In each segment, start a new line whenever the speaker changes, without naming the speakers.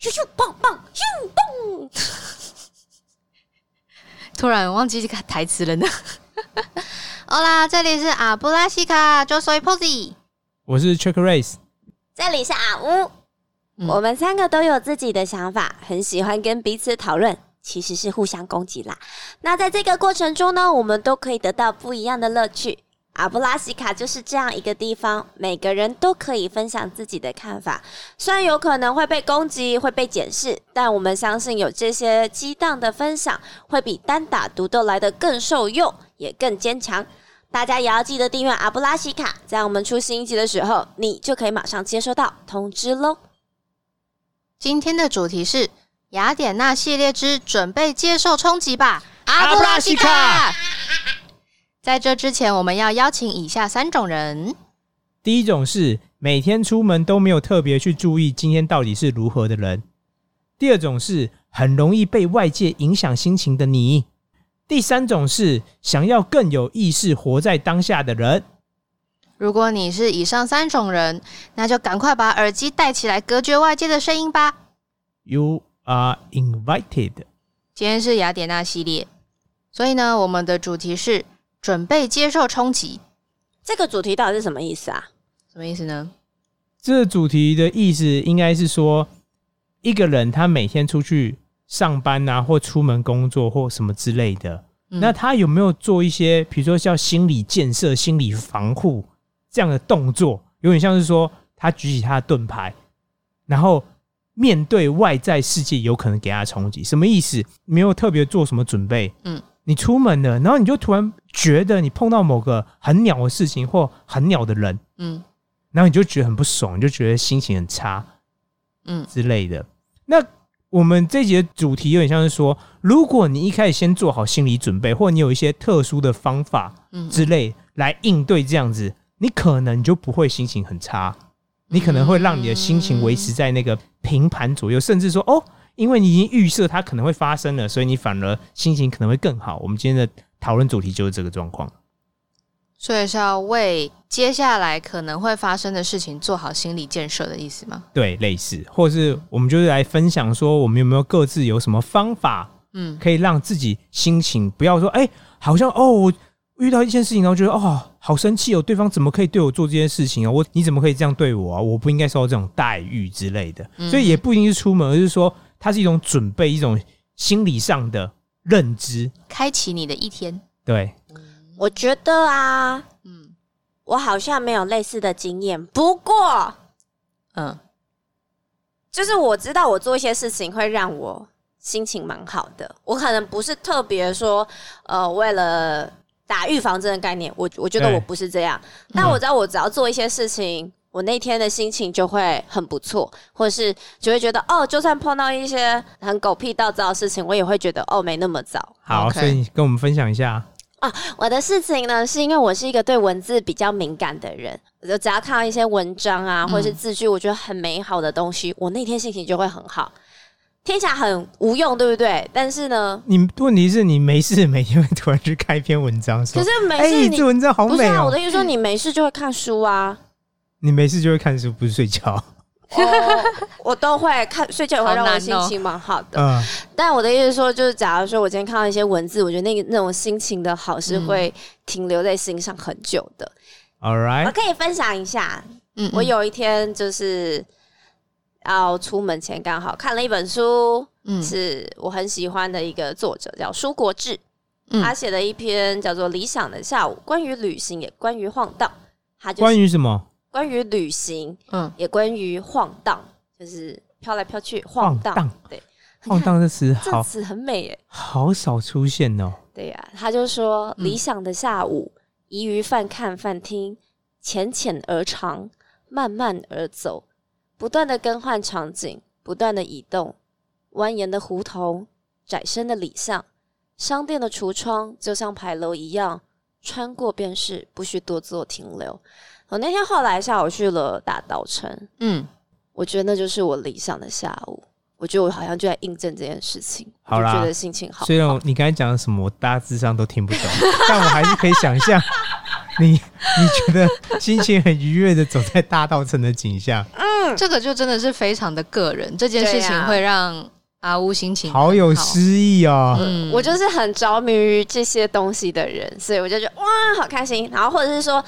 咻咻棒棒咻蹦。
突然忘记台词了呢。 好啦，这里是阿布拉西卡，就说 Posy。
我是 Check Race，
这里是阿乌，
嗯
我们三个都有自己的想法，很喜欢跟彼此讨论，其实是互相攻击啦。那在这个过程中呢，我们都可以得到不一样的乐趣。阿布拉西卡就是这样一个地方，每个人都可以分享自己的看法，虽然有可能会被攻击、会被检视，但我们相信有这些激荡的分享，会比单打独斗来的更受用，也更坚强。大家也要记得订阅阿布拉西卡，在我们出新一集的时候，你就可以马上接收到通知喽。
今天的主题是雅典娜系列之准备接受冲击吧，阿
布拉西卡。
在这之前，我们要邀请以下三种人：
第一种是每天出门都没有特别去注意今天到底是如何的人；第二种是很容易被外界影响心情的你；第三种是想要更有意识活在当下的人。
如果你是以上三种人，那就赶快把耳机戴起来，隔绝外界的声音吧。
You are invited。
今天是雅典娜系列，所以呢，我们的主题是准备接受冲击，
这个主题到底是什么意思啊？
什么意思呢？
这主题的意思应该是说，一个人他每天出去上班啊，或出门工作或什么之类的，
嗯
那他有没有做一些，比如说叫心理建设、心理防护这样的动作？有点像是说，他举起他的盾牌，然后面对外在世界有可能给他的冲击，什么意思？没有特别做什么准备，
嗯
嗯，你出门了，然后你就突然觉得你碰到某个很鸟的事情或很鸟的人，
嗯
然后你就觉得很不爽，你就觉得心情很差
嗯
之类的。那我们这节主题有点像是说，如果你一开始先做好心理准备，或你有一些特殊的方法
嗯
之类来应对这样子，你可能就不会心情很差，你可能会让你的心情维持在那个平盘左右，甚至说哦，因为你已经预设它可能会发生了，所以你反而心情可能会更好。我们今天的讨论主题就是这个状况。
所以是要为接下来可能会发生的事情做好心理建设的意思吗？
对，类似，或是我们就是来分享说，我们有没有各自有什么方法，
嗯
可以让自己心情不要说，哎、好像哦，我遇到一件事情，然后觉得哦，好生气哦，对方怎么可以对我做这件事情啊？我你怎么可以这样对我啊？我不应该受到这种待遇之类的。
嗯
所以也不一定是出门，而是说它是一种准备，一种心理上的认知。
开启你的一天。
对，
我觉得啊，
嗯
我好像没有类似的经验，不过
嗯
就是我知道我做一些事情会让我心情蛮好的，我可能不是特别说，呃，为了打预防针的概念，我我觉得
对
我不是这样，但我知道我只要做一些事情，我那天的心情就会很不错，或者是就会觉得哦，就算碰到一些很狗屁倒灶的事情，我也会觉得哦没那么糟。
好
OK
所以你跟我们分享一下。
我的事情呢，是因为我是一个对文字比较敏感的人，我就只要看到一些文章啊，
嗯
或者是字句，我觉得很美好的东西，我那天心情就会很好。听起来很无用，对不对？但是呢，
你问题是你没事每天会突然去开一篇文章
可
说，
是没
哎、
事你、
这文章好
不是
美
啊？
哦、
我的意思说，你没事就会看书 啊。
你没事就会看书，不是 睡觉。
哦，我都会看，睡觉也会让
好
我
难
心
哦
情蛮好的。
嗯，
但我的意思说，就是假如说我今天看到一些文字，我觉得那个那种心情的好是
嗯
会停留在心上很久的。
All
我
right，
可以分享一下，
嗯，
我有一天就是要出门前刚好看了一本书，
嗯
是我很喜欢的一个作者叫舒国志，
嗯
他写的一篇叫做《理想的下午》，关于旅行也关于晃荡，他就是
关于什么？
关于旅行
嗯
也关于晃荡，就是飘来飘去
晃
荡，
荡
对，你看
晃荡这词
这
好
词很美耶，
好少出现哦。
对呀、他就说
嗯
理想的下午，宜于饭看饭听，浅浅而长，慢慢而走，不断的更换场景，不断的移动，蜿蜒的胡同，窄深的里巷，商店的橱窗就像牌楼一样，穿过便是，不需多做停留。我那天后来下午去了大稻城，
嗯，
我觉得那就是我理想的下午。我觉得我好像就在印证这件事情，我
好
就
啦
觉得心情好。
虽然我你刚才讲的什么，我大致上都听不 懂，但我还是可以想象
嗯
你你觉得心情很愉悦的走在大道城的景象。
这个就真的是非常的个人，这件事
对
情
啊
会让阿乌心情
好有诗
心。
意哦。
嗯
我就是很着迷于这些东西的人，所以我就觉得哇，好开心。然后或者是说，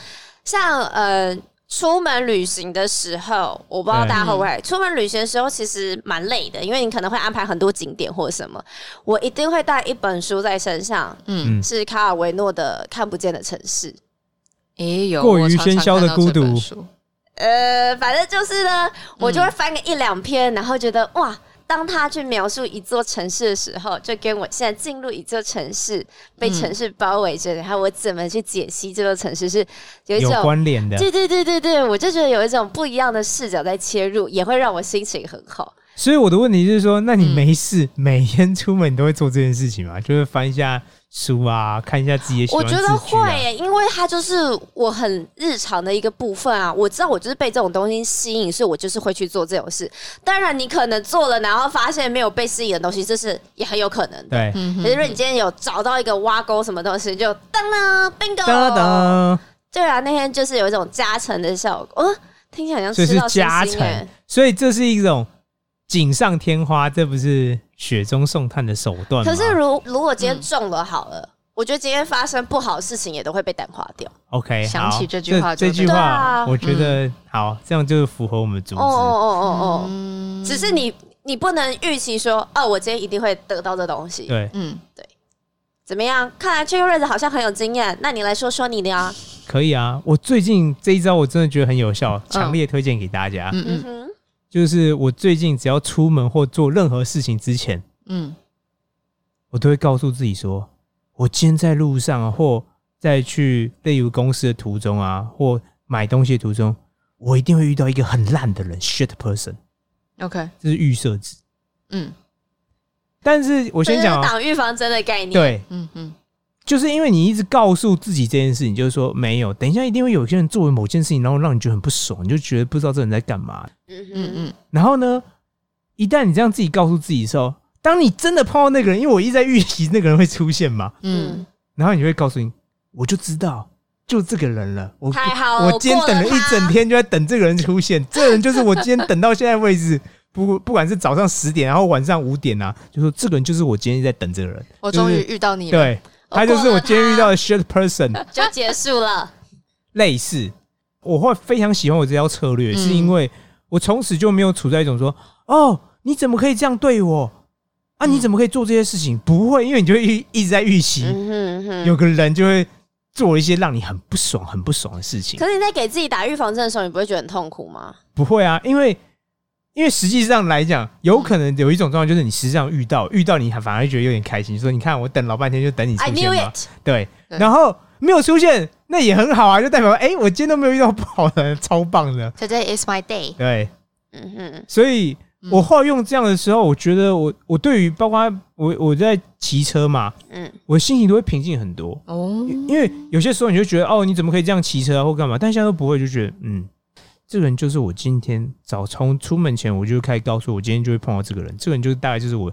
像呃，出门旅行的时候，我不知道
对
大家会不会出门旅行的时候，其实蛮累的，因为你可能会安排很多景点或者什么。我一定会带一本书在身上，
嗯，
嗯
是卡尔维诺的《看不见的城市》。
也有
过于
哎我常常
喧嚣的
看到这
孤独
本书
呃，反正就是呢，
嗯
我就会翻个一两篇，然后觉得哇，当他去描述一座城市的时候，就跟我现在进入一座城市，被
嗯
城市包围着，然后我怎么去解析这座城市，是有一
有
种。
关联的，
对对对对对，我就觉得有一种不一样的视角在切入，也会让我心情很好。
所以我的问题是说，那你
嗯
没事、每天出门你都会做这件事情吗？就是翻一下书啊，看一下自己的喜
我
欢的
觉
字句、啊。
得会耶，因为它就是我很日常的一个部分啊。我知道我就是被这种东西吸引，所以我就是会去做这种事。当然，你可能做了，然后发现没有被吸引的东西，这是也很有可能的。
对，
嗯哼
可是如果你今天有找到一个挖沟什么东西，就当当 bingo，
哒哒，
对啊，那天就是有一种加成的效果，哦，听起来好像
所以
吃
是
到星
加
星
成
哎，，
所以这是一种锦上添花，这不是雪中送炭的手段吗？
可是如如果
嗯
今天中了好了，我觉得今天发生不好的事情也都会被淡化掉。
OK，
想
好
起这句话
这
就
句
对
话
啊
我觉得好，这样就是符合我们的主
哦
旨。
哦哦哦哦，
嗯
只是你你不能预期说，哦，我今天一定会得到这东西。
对，
嗯，
怎么样？看来 c h i r 好像很有经验，那你来说说你的啊。
可以啊。我最近这一招我真的觉得很有效，强烈推荐给大家。
嗯
嗯
嗯
哼，
就是我最近只要出门或做任何事情之前，
嗯，
我都会告诉自己说，我今天在路上啊，或在去例如公司的途中啊，或买东西的途中，我一定会遇到一个很烂的人，shit person，
嗯，OK，
这是预设值。
嗯
但是我
我
先讲、啊，
挡预防针的概念。，
对，
嗯嗯
就是因为你一直告诉自己这件事情，就是说没有，等一下一定会有些人做某件事情，然后让你觉得很不爽，你就觉得不知道这人在干嘛。
嗯
嗯
哼，
嗯，
然后呢，一旦你这样自己告诉自己的时候，当你真的碰到那个人，因为我一直在预期那个人会出现嘛，
嗯，
然后你会告诉你，我就知道，就这个人了，我
太好了，
我今天
过
等了一
它
整。天，就在等这个人出现。这个人就是我今天等到现在为止，不不管是早上十点，然后晚上五点啊，就说这个人就是我今天在等这个人。
我终于
就是
遇到你了。
对，他就是我今天遇到的 shit person，
就结束了。
类似。我会非常喜欢我这条策略，
嗯
是因为我从此就没有处在一种说哦，你怎么可以这样对我啊？你
嗯
怎么可以做这些事情？不会，因为你就会一一直在预期，
嗯哼哼
有个人就会做一些让你很不爽、很不爽的事情
可。是你在给自己打预防针的时候，你不会觉得很痛苦吗？
不会啊，因为因为实际上来讲，有可能有一种状况就是你实际上遇到遇到你反而觉得有点开心，说你看我等老半天就等你啊出
I
现
knew
嘛，
it。
对，
对
然后没有出现那也很好啊，就代表哎、我今天都没有遇到不好的人，超棒的，
Today is my day。
对，
嗯哼，
所以我后来用这样的时候，我觉得我我对于包括我我在骑车嘛，
嗯，
我心情都会平静很多，
哦，
因为有些时候你就觉得哦，你怎么可以这样骑车啊，或干嘛？但现在都不会，就觉得嗯，这个人就是我今天早从出门前我就开始告诉我今天就会碰到这个人，这个人就是大概就是我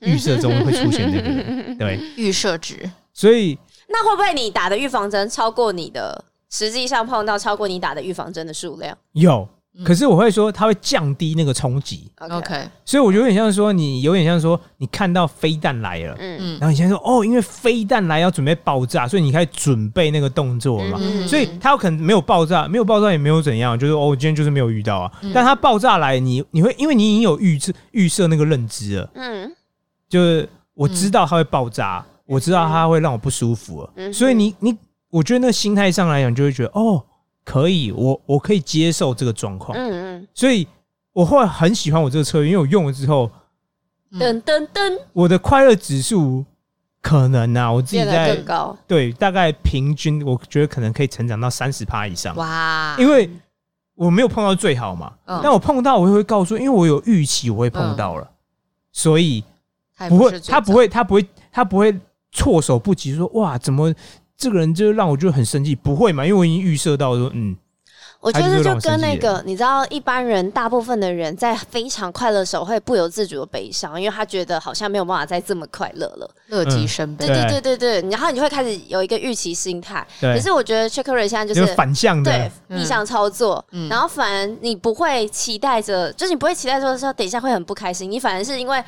预设中会出现那个人，对，
预设值。
所以
那会不会你打的预防针超过你的实际上碰到超过你打的预防针的数量
有
嗯。
可是我会说，它会降低那个冲击，
OK，
所以我有点像说，你有点像说，你看到飞弹来了，
嗯
嗯
然后你现在说哦，因为飞弹来要准备爆炸，所以你开始准备那个动作了嘛。
嗯
所以它有可能没有爆炸，没有爆炸也没有怎样，就是哦，今天就是没有遇到啊。
嗯
但它爆炸来，你你会因为你已经有预知预设那个认知了，
嗯
就是我知道它会爆炸，我知道它会让我不舒服了，
嗯
所以你你我觉得那个心态上来讲，就会觉得哦，可以，我我可以接受这个状况，
嗯
所以我会很喜欢我这个策略，因为我用了之后，
嗯，噔噔噔，
我的快乐指数可能啊，我自己
变得
在
更高。
对大概平均，我觉得可能可以成长到三十趴以上。
哇，
啊
因为我没有碰到最好嘛，
嗯
但我碰到我也会告诉，因为我有预期我会碰到
嗯
了，所以
它也
不
哎
会
是，最
他不
早，
会，他不会，他不会措手不及说哇，怎么这个人就让我就很生气？不会嘛，因为我已经预设到说，嗯，
我觉
他就
得
是
就
让
跟
神
那
经
个，你知道，一般人大部分的人在非常快乐的时候会不由自主的悲伤，因为他觉得好像没有办法再这么快乐了。
乐极生悲
对。
对
对对对对，然后你就会开始有一个预期心态。可
对，
是我觉得 c h e c k e r 现在就
就是反向
对
的，
嗯
逆向操作，
嗯
然后反而你不会期待着，就是你不会期待说说等一下会很不开心，你反而是因为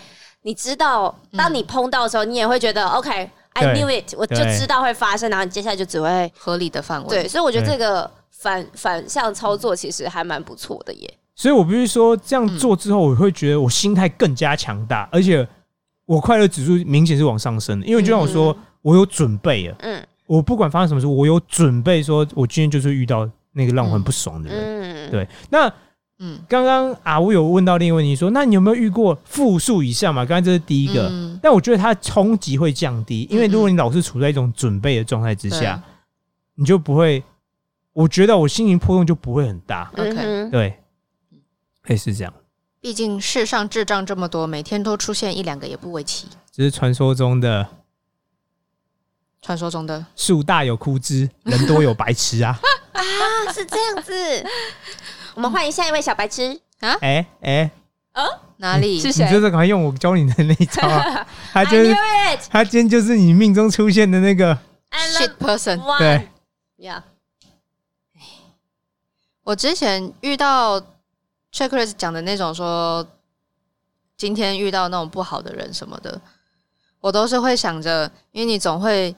你知道，当你碰到的时候，你也会觉得 OK。I
对
knew it，我就
对
知道会发生，然后你接下来就只会
合理的范围，
对，，所以我觉得
对
这个反反向操作其实还蛮不错的耶。
所以我必须说，这样做之后，我会觉得我心态更加强大，而且我快乐指数明显是往上升的，因为就像我说，我有准备了，
嗯
我不管发生什么事，我有准备，说我今天就是遇到那个让我很不爽的人。
嗯，
对，那
嗯，
刚刚啊，我有问到另一个问题说那你有没有遇过负数以上嘛？刚才这是第一个，
嗯
但我觉得它冲击会降低，因为
嗯
如果你老是处在一种准备的状态之下，你就不会，我觉得我心情波动就不会很大。
嗯
OK
哼
对，可以是这样，
毕竟世上智障这么多，每天都出现一两个也不为奇。
这是传说中的
传说中的
树大有枯枝，人多有白痴 啊！
啊，是这样子。 我们欢迎下一位小白 痴，
哎哎、
哪里？
是
你
谁
就是赶快用我教你的那一招 啊！他
？I
就是
knew it，
他今天就是你命中出现的那个，
I
shit
love
person。
one。
对
Yeah，
我之前遇到 Checklist 讲的那种说，今天遇到那种不好的人什么的，我都是会想着，因为你总会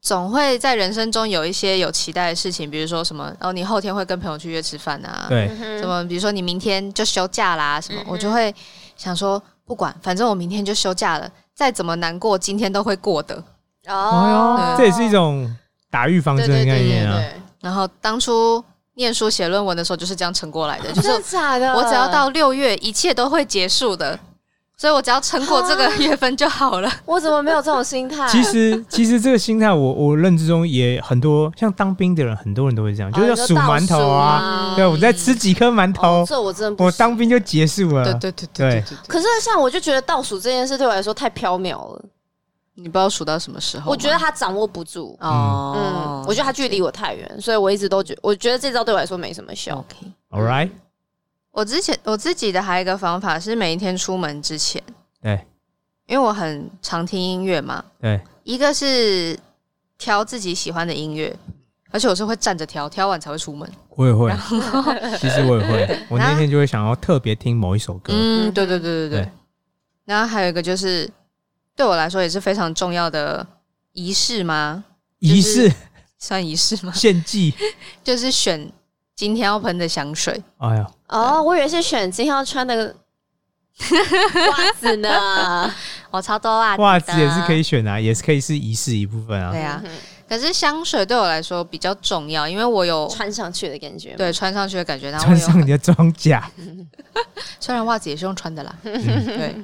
总会在人生中有一些有期待的事情，比如说什么，哦，你后天会跟朋友去约吃饭啊，
对，
嗯哼
什么，比如说你明天就休假啦，什么，
嗯哼
我就会想说，不管，反正我明天就休假了，再怎么难过，今天都会过的。
哦
哎，呦，这也是一种打预防针的概念啊。
然后当初念书写论文的时候就是这样撑过 来的，就是
真的假的？
我只要到六月，一切都会结束的，所以我只要撑过这个月份就好了。
我怎么没有这种心态？哦
其实，其实这个心态我，我认知中也很多，像当兵的人，很多人都会
哦
这样，就是要数馒头啊。
啊
对，我再吃几颗馒头，
嗯哦，这我真的不
我
行
当。兵就结束
对
了。
对对对对对对，
可是像我就觉得倒数这件事对我来说太缥缈了，
你不知道数到什么时候吗？
我觉得他掌握不住。嗯
哦，，
我觉得他距离我太远，所以我一直都觉，我觉得这招对我来说没什么效。
OK。
All right，
我之前我自己的还有一个方法是每一天出门之前，
对
因为我很常听音乐嘛，
对，
一个是挑自己喜欢的音乐，而且我是会站着挑，挑完才会出门。
我也会。 其实我也会，我那天就会想要特别听某一首歌。
嗯，对对对对对
对。
然后还有一个就是，对我来说也是非常重要的仪式吗？
仪式
算仪式吗？
献祭，
就是选今天要喷的香水。
哎呀，
哦，我以为是选今天要穿的 袜子 呢。
我超多袜
袜子也是可以。选啊，也是可以是仪式一部分啊
对。啊，
嗯
可是香水对我来说比较重要，因为我有
穿上去的感觉。，
对穿上去的感觉，然后我
穿
有
上你的装甲， 嗯
虽然袜子也是用穿的啦，对。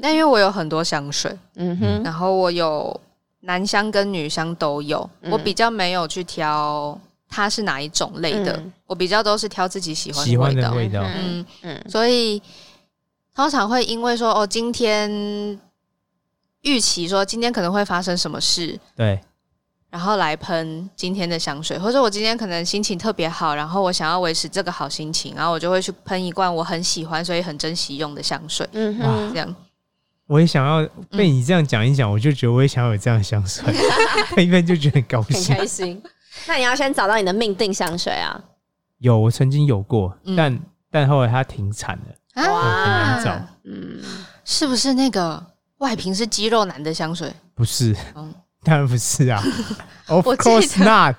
那因为我有很多香水，
嗯哼，
然后我有男香跟女香都有，
嗯
我比较没有去挑它是哪一种类的，
嗯
我比较都是挑自己 喜欢
喜欢
味
的
道。
味道。
嗯
嗯，
嗯
所以通常会因为说哦，今天呃预期说今天可能会发生什么事，
对，
然后来喷今天的香水，或者我今天可能心情特别好，然后我想要维持这个好心情，然后我就会去喷一罐我很喜欢，所以很珍惜用的香水，
嗯
这
哼，
样。
我也想要被你这样讲一讲，我就觉得我也想要有这样的香水，
嗯
喷一喷就觉得很高
很
兴。
开 心。那你要先找到你的命定香水啊！
有，我曾经有过，
嗯
但但后来它停产了，
哇
哦很难找。
嗯，
是不是那个外瓶是肌肉男的香水？
不是
嗯，
当然不 是啊，Of
我记
course
得
not。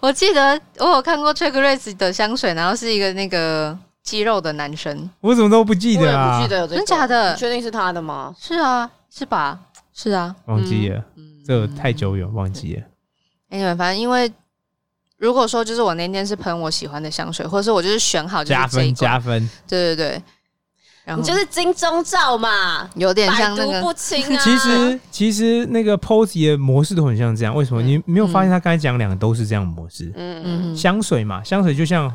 我记得我有看过 Trick Race 的香水，然后是一个那个肌肉的男生。
我怎么都不记
我也
得
不
啊
记，得有这个，
真假的
你确定是他的吗？
是啊，是吧？是啊，
忘记了，
嗯
这太。久远，忘记了。
哎，你们反正因为如果说就是我那天是喷我喜欢的香水，或者是我就是选好就是
加
这一款，
分加分，
对对对，然后
你就是金钟罩嘛，
有点像 那
百毒
个
不侵啊。
其实其实那个 POSY 的模式都很像这样，为什么？你没有发现他刚才讲两个都是这样的模式？
嗯，
嗯哼
香水嘛，香水就像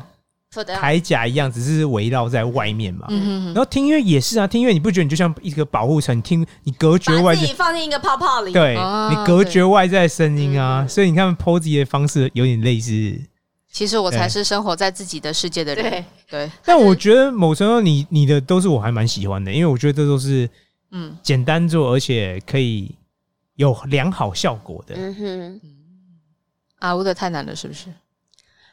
说的
铠甲一样，只是围绕在外面嘛。
嗯哼哼
然后听音乐也是啊，听音乐你不觉得你就像一个保护层，你听你隔绝
把
外
自
界
己，放进一个泡泡里。哦
对
啊
你隔绝外在的声音啊，所以你看 POSY 的方式有点类似
其实我才是生活在自己的世界的人。
对，
对，
但我觉得某程度你你的都是我还蛮喜欢的，因为我觉得这都是
嗯，
简单做，而且可以有良好效果的。
嗯哼，
啊，乌的太难了，是不是？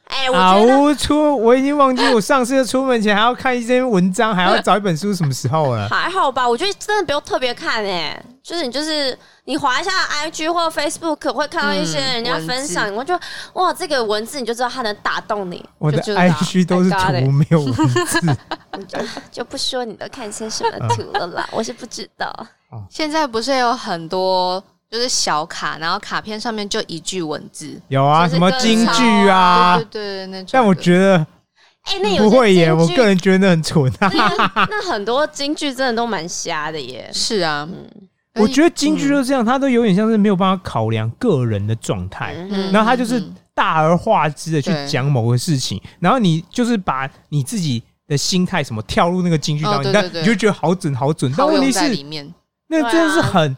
哎、我
啊，
觉得
我出我已经忘记我上次出门前还要看一篇文章，还要找一本书，什么时 候了？
还好吧，我觉得真的不用特别看哎、就是你就是你划一下 IG 或 Facebook 会看到一些
嗯
人家分享，我就哇这个文字你就知道它能打动 你，
我的
就知道
IG 都是
哎嘎嘞
图，没有文字。
就不说你都看些什么图了 啦，我是不知道。
现在不是有很多就是小卡，然后卡片上面就一句文字，
有啊，
就是
什么
更
京
长
剧啊
对，对对，那种的。
但我觉得
哎、那有
不
些
会耶，
京
我
剧
个人觉得很蠢 啊。
那那很多京剧真的都蛮瞎的 耶。
是啊，
嗯我觉得
嗯
京剧就是这样，它都有点像是没有办法考量个人的状态，
嗯，
然后他就是大而化之的去
对
讲某个事情，然后你就是把你自己的心态什么跳入那个京剧
哦
当中，
对
但
对对
你就觉得好准好准，但
套
问
用嗯
题
在
是
里面，
那
对
真的是
啊
很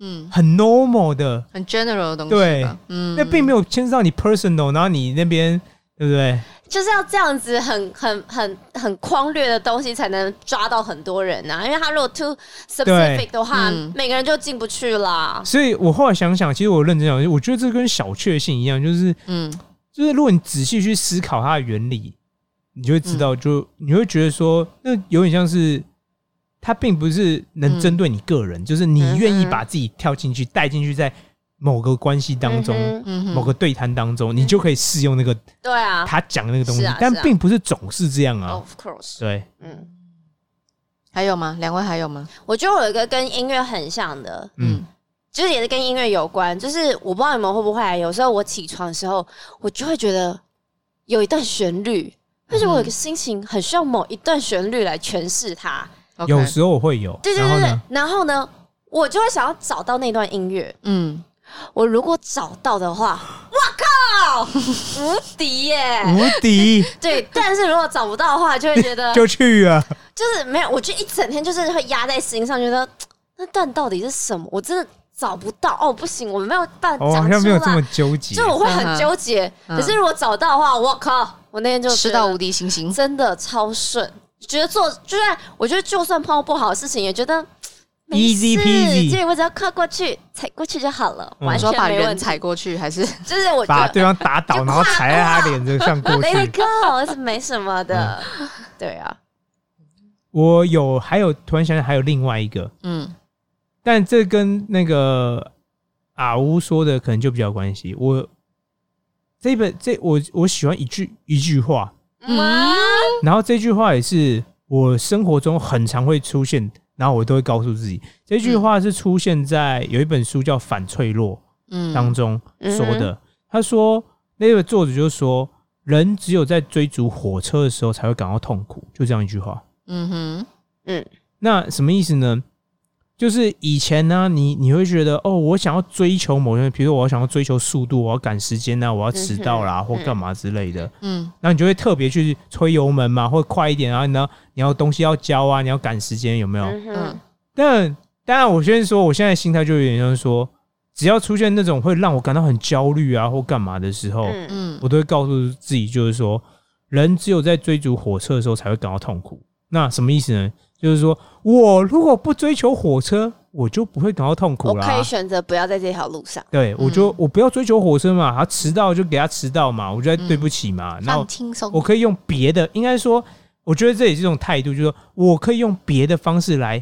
嗯，
很 normal 的，
很 general 的东西
对
吧，嗯，
那并没有牵涉到你 personal，然后你那边对不对？
就是要这样子很很很很框略的东西才能抓到很多人啊呐、因为他如果 too specific 的话，
嗯
每个人就进不去啦。
所以我后来想想，其实我认真想，我觉得这跟小确幸一样，就是
嗯，
就是如果你仔细去思考它的原理，你就会知
嗯
道，就你会觉得说，那有点像是它并不是能
嗯
针对你个人，就是你愿意把自己跳进去、带进去，在某个关系当中、
嗯哼
嗯哼
某个对谈当中，你就可以适用那个
对啊
他讲的那个东西，
是啊
但
是啊哦
并不是总是这样啊。
，of course，
对，
嗯，
还有吗？两位还有吗？
我觉得我有一个跟音乐很像的，
嗯，
就是也是跟音乐有关，就是我不知道你们会不会，有时候我起床的时候，我就会觉得有一段旋律，或者我有一个心情很需要某一段旋律来诠释它。
嗯 OK
有时候我会有，
嗯对对
然后
对对
呢，，
然后呢，我就会想要找到那段音乐。
嗯，
我如果找到的话，哇靠，无敌耶！
无敌
对，但是如果找不到的话， 就会觉得
就去了。
就是没有，我就一整天就是会压在心上，觉得嘖那段到底是什么？我真的找不到哦，不行，我没有办法
我哦
讲
好像
出
没有这么
来，
纠结。
就我会很纠结。
嗯
可是如果找到的话，我靠，我那天就
吃
觉得
到无敌星星，
真的超顺，觉得做就算我觉得就算碰到不好的事情，也觉得。嘖没
Easy
事
peasy
这我只要跨过去，踩过去就好了，
嗯
完
你说
全
把
没
人
问题。
踩过去还是？
就是我觉
把
得
对方打倒，
就
然后
跨
踩在他脸子上过
Let
去嗯
it。go 是没什么的，对啊，
我有，还有突然想想，还有另外一个，
嗯
但这跟那个阿乌说的可能就比较有关系。我这本这我我喜欢一句一句话，
嗯，
然后这句话也是我生活中很常会出现，然后我都会告诉自己，这句话是出现在有一本书叫《反脆弱》当
嗯
中
嗯
说的。他说那个作者就说，人只有在追逐火车的时候才会感到痛苦，就这样一句话。
嗯哼，
那什么意思呢？就是以前呢、你你会觉得哦，我想要追求某些，比如说我想要追求速度，我要赶时间呐、啊我要迟到啦，或干嘛之类的，
嗯
那你就会特别去吹油门嘛，或快一点啊，然后你要东西要交啊，你要赶时间，有没有？
嗯哼
嗯，
但当然，我先说，我现在的心态就有点像说，只要出现那种会让我感到很焦虑啊，或干嘛的时候，
嗯
嗯
我都会告诉自己，就是说，人只有在追逐火车的时候才会感到痛苦。那什么意思呢？就是说我如果不追求火车，我就不会感到痛
我
苦
可
啦
以。选择不要在这条路上。
对，我就、我不要追求火车嘛，他迟到就给他迟到嘛，我就在对不起嘛。那
放
我
轻松
我，可以用别的，应该说，我觉得这也是一种态度，就是说我可以用别的方式来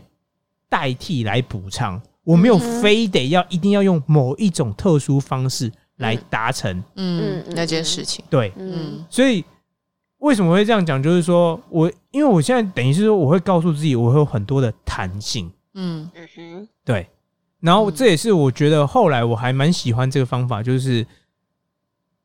代替来补偿，我没有非得要一定要用某一种特殊方式来达成。
嗯
嗯嗯
那件事情，
对，
嗯
嗯
所以为什么会这样讲？就是说我因为我现在等于是说我会告诉自己，我会有很多的弹性，
嗯
嗯哼，
对。然后
嗯
这也是我觉得后来我还蛮喜欢这个方法，就是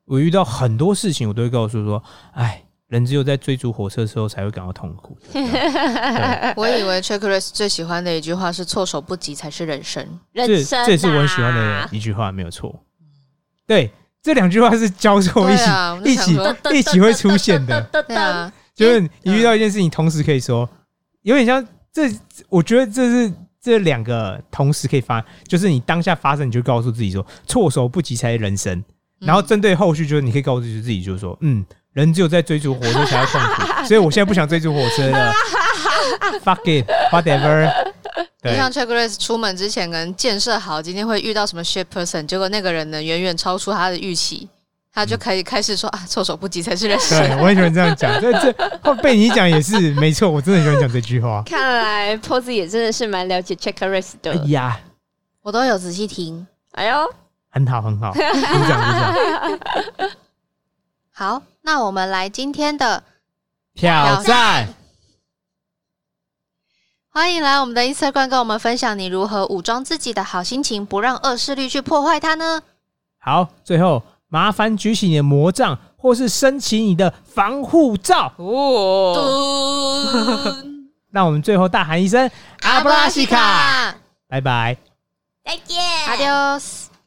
我遇到很多事情，我都会告诉说，哎，人只有在追逐火车的时候才会感到痛苦。对
我以为 Checklist 最喜欢的一句话是“措手不及才是人生
这
人生、啊、
这也是我很喜欢的一句话，没有错。对，这两句话是交错一
对
起、
啊我就
一
想
起
说
一起会出现的。
噔。”。
对啊，
就是你遇到一件事情，同时可以说，有点像这，我觉得这是这两个同时可以发，就是你当下发生，你就告诉自己说，措手不及才是人生。
嗯
然后针对后续，就是你可以告诉自己，自己就是说，嗯，人只有在追逐火车才要痛苦，所以我现在不想追逐火车了。Fuck it，whatever。
就
对
像 Checklist 出门之前，可能建设好今天会遇到什么 shit person，结果那个人呢远远超出他的预期，他就可以开始说、啊，措手不及才是人生。
对，我很喜欢这样讲。这这后被你讲也是没错，我真的很喜欢讲这句话。
看来 Pose 哎也真的是蛮了解 Checklist
哎
的。
呀，
我都有仔细听。
哎呦，
很好，很好，鼓掌鼓掌。
好，那我们来今天的
挑战，
欢迎来我们的 Instagram 跟我们分享你如何武装自己的好心情，不让恶势力去破坏它呢？
好，最后麻烦举起你的魔杖，或是升起你的防护罩。
哦，
嗯，
那我们最后大喊一声“阿布拉西卡”，拜拜。
再见，
，Adios。